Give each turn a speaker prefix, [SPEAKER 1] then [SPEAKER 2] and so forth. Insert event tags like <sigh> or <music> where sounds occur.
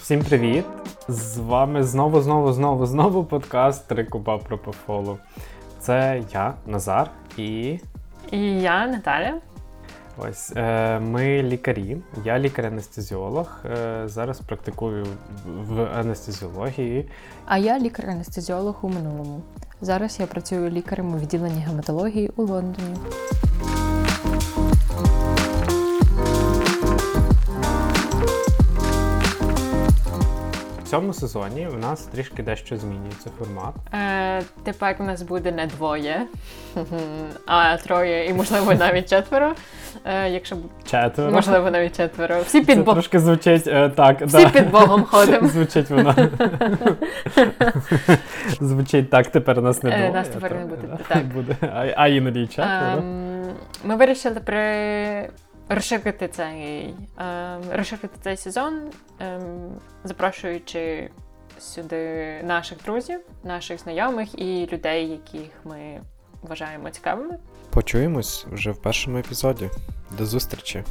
[SPEAKER 1] Всім привіт! З вами знову, знову, знову, знову подкаст Три куба про пофолу. Це я, Назар, і
[SPEAKER 2] І я Наталя.
[SPEAKER 1] ось е, ми лікарі. Я лікар-анестезіолог. Е, зараз практикую в- в анестезіології.
[SPEAKER 2] А я лікар-анестезіолог у минулому. Зараз я працюю лікарем у відділенні гематології у Лондоні.
[SPEAKER 1] В цьому сезоні у нас трішки дещо змінюється формат.
[SPEAKER 3] Е, тепер у нас буде не двоє, <laughs> а троє і, можливо, навіть четверо. Е, якщо б-
[SPEAKER 1] Четверо.
[SPEAKER 3] можливо, навіть четверо. Всі
[SPEAKER 1] Це
[SPEAKER 3] під, бо...
[SPEAKER 1] трошки звучить е, так. <laughs>
[SPEAKER 3] Всі під Богом ходимо.
[SPEAKER 1] Звучить
[SPEAKER 3] <laughs>
[SPEAKER 1] вона. Звучить так, тепер нас не
[SPEAKER 3] Е,
[SPEAKER 1] двоє.
[SPEAKER 3] нас тепер
[SPEAKER 1] та-
[SPEAKER 3] не буде,
[SPEAKER 1] та-
[SPEAKER 3] так.
[SPEAKER 1] буде. А, а іноді й четверо.
[SPEAKER 3] Ем, ми вирішили при... розширити цей ем, розширити цей сезон, ем, запрошуючи сюди наших друзів, наших знайомих і людей, яких ми вважаємо цікавими.
[SPEAKER 4] Почуємось вже в першому епізоді. До зустрічі!